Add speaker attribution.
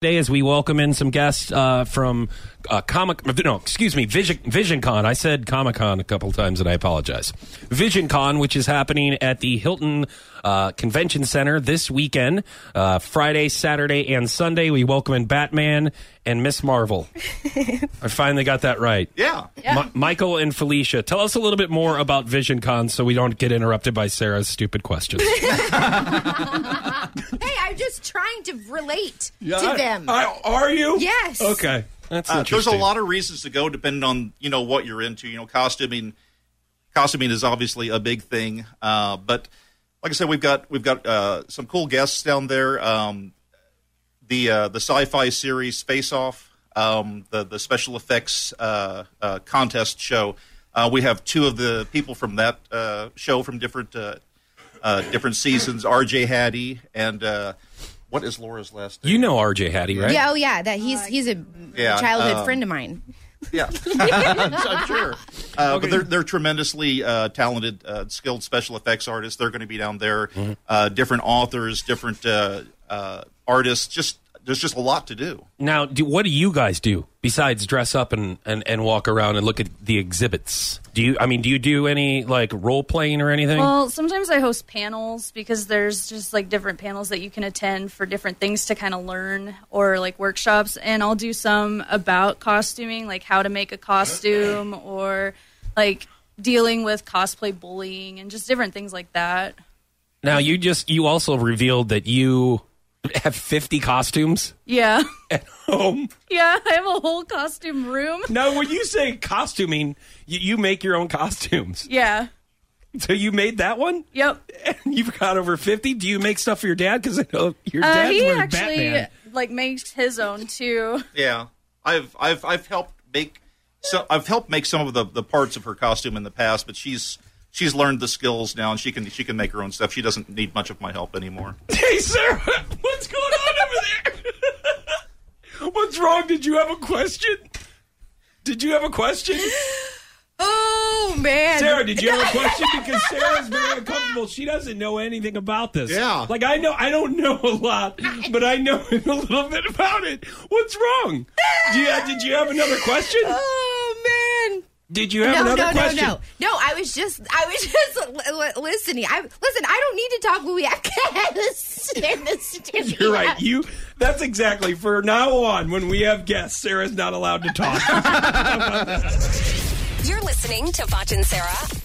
Speaker 1: Today, as we welcome in some guests uh, from uh, Comic, no, excuse me, Vision, Vision Con. I said Comic Con a couple times, and I apologize. Vision Con, which is happening at the Hilton uh, Convention Center this weekend, uh, Friday, Saturday, and Sunday. We welcome in Batman and Miss Marvel. I finally got that right.
Speaker 2: Yeah.
Speaker 1: Mi- Michael and Felicia, tell us a little bit more about Vision Con, so we don't get interrupted by Sarah's stupid questions.
Speaker 3: Hey, I'm just trying to relate
Speaker 1: Yeah,
Speaker 3: to
Speaker 1: I-
Speaker 3: them.
Speaker 1: I- are you?
Speaker 3: Yes.
Speaker 1: Okay. That's
Speaker 2: Uh, there's a
Speaker 1: interesting.
Speaker 2: lot of reasons to go depending on, you know, what you're into. You know, costuming costuming is obviously a big thing. Uh, but like I said, we've got we've got uh, some cool guests down there. Um, the uh, the sci-fi series Face Off, um, the the special effects uh, uh, contest show. Uh, we have two of the people from that uh, show from different uh, uh, different seasons. R.J. Hattie and uh, what is Laura's last name?
Speaker 1: You know RJ Hattie, right?
Speaker 3: Yeah, oh yeah, that he's he's a
Speaker 2: Yeah,
Speaker 3: childhood
Speaker 2: um,
Speaker 3: friend of mine.
Speaker 2: Yeah, I'm sure. Uh, But they're they're tremendously uh, talented, uh, skilled special effects artists. They're going to be down there. Uh, different authors, different uh, uh, artists. Just there's just a lot to do.
Speaker 1: Now, do, what do you guys do besides dress up and, and, and walk around and look at the exhibits? Do you? I mean, do you do any like role playing or anything?
Speaker 4: Well, sometimes I host panels because there's just like different panels that you can attend for different things to kind of learn or like workshops. And I'll do some about costuming, like how to make a costume or like dealing with cosplay bullying and just different things like that.
Speaker 1: now, you just you also revealed that you have fifty costumes
Speaker 4: Yeah.
Speaker 1: at home.
Speaker 4: Yeah. I have a whole costume room.
Speaker 1: Now, when you say costuming, you, you make your own costumes.
Speaker 4: Yeah.
Speaker 1: So you made that one,
Speaker 4: Yep.
Speaker 1: and you've got over fifty. Do you make stuff for your dad? Because I know your
Speaker 4: Uh,
Speaker 1: dad's
Speaker 4: he
Speaker 1: wearing
Speaker 4: actually
Speaker 1: Batman.
Speaker 4: like makes his own too.
Speaker 2: Yeah, I've I've I've helped make so I've helped make some of the, the parts of her costume in the past, but she's she's learned the skills now, and she can she can make her own stuff. She doesn't need much of my help anymore.
Speaker 1: Hey, Sarah, what's going on over there? what's wrong? Did you have a question? Did you have a question?
Speaker 3: Oh man.
Speaker 1: Sarah, did you have a question? Because Sarah's very uncomfortable. She doesn't know anything about this.
Speaker 2: Yeah.
Speaker 1: Like, I know, I don't know a lot, but I know a little bit about it. What's wrong? Do you, did you have another question?
Speaker 3: Oh man.
Speaker 1: Did you have
Speaker 3: No,
Speaker 1: another
Speaker 3: no, no,
Speaker 1: question?
Speaker 3: no, no! I was just, I was just li- li- listening. I listen. I don't need to talk when we have guests. in the studio.
Speaker 1: You're right. You. That's exactly. For now on, when we have guests, Sarah's not allowed to talk.
Speaker 5: You're listening to Foch and Sarah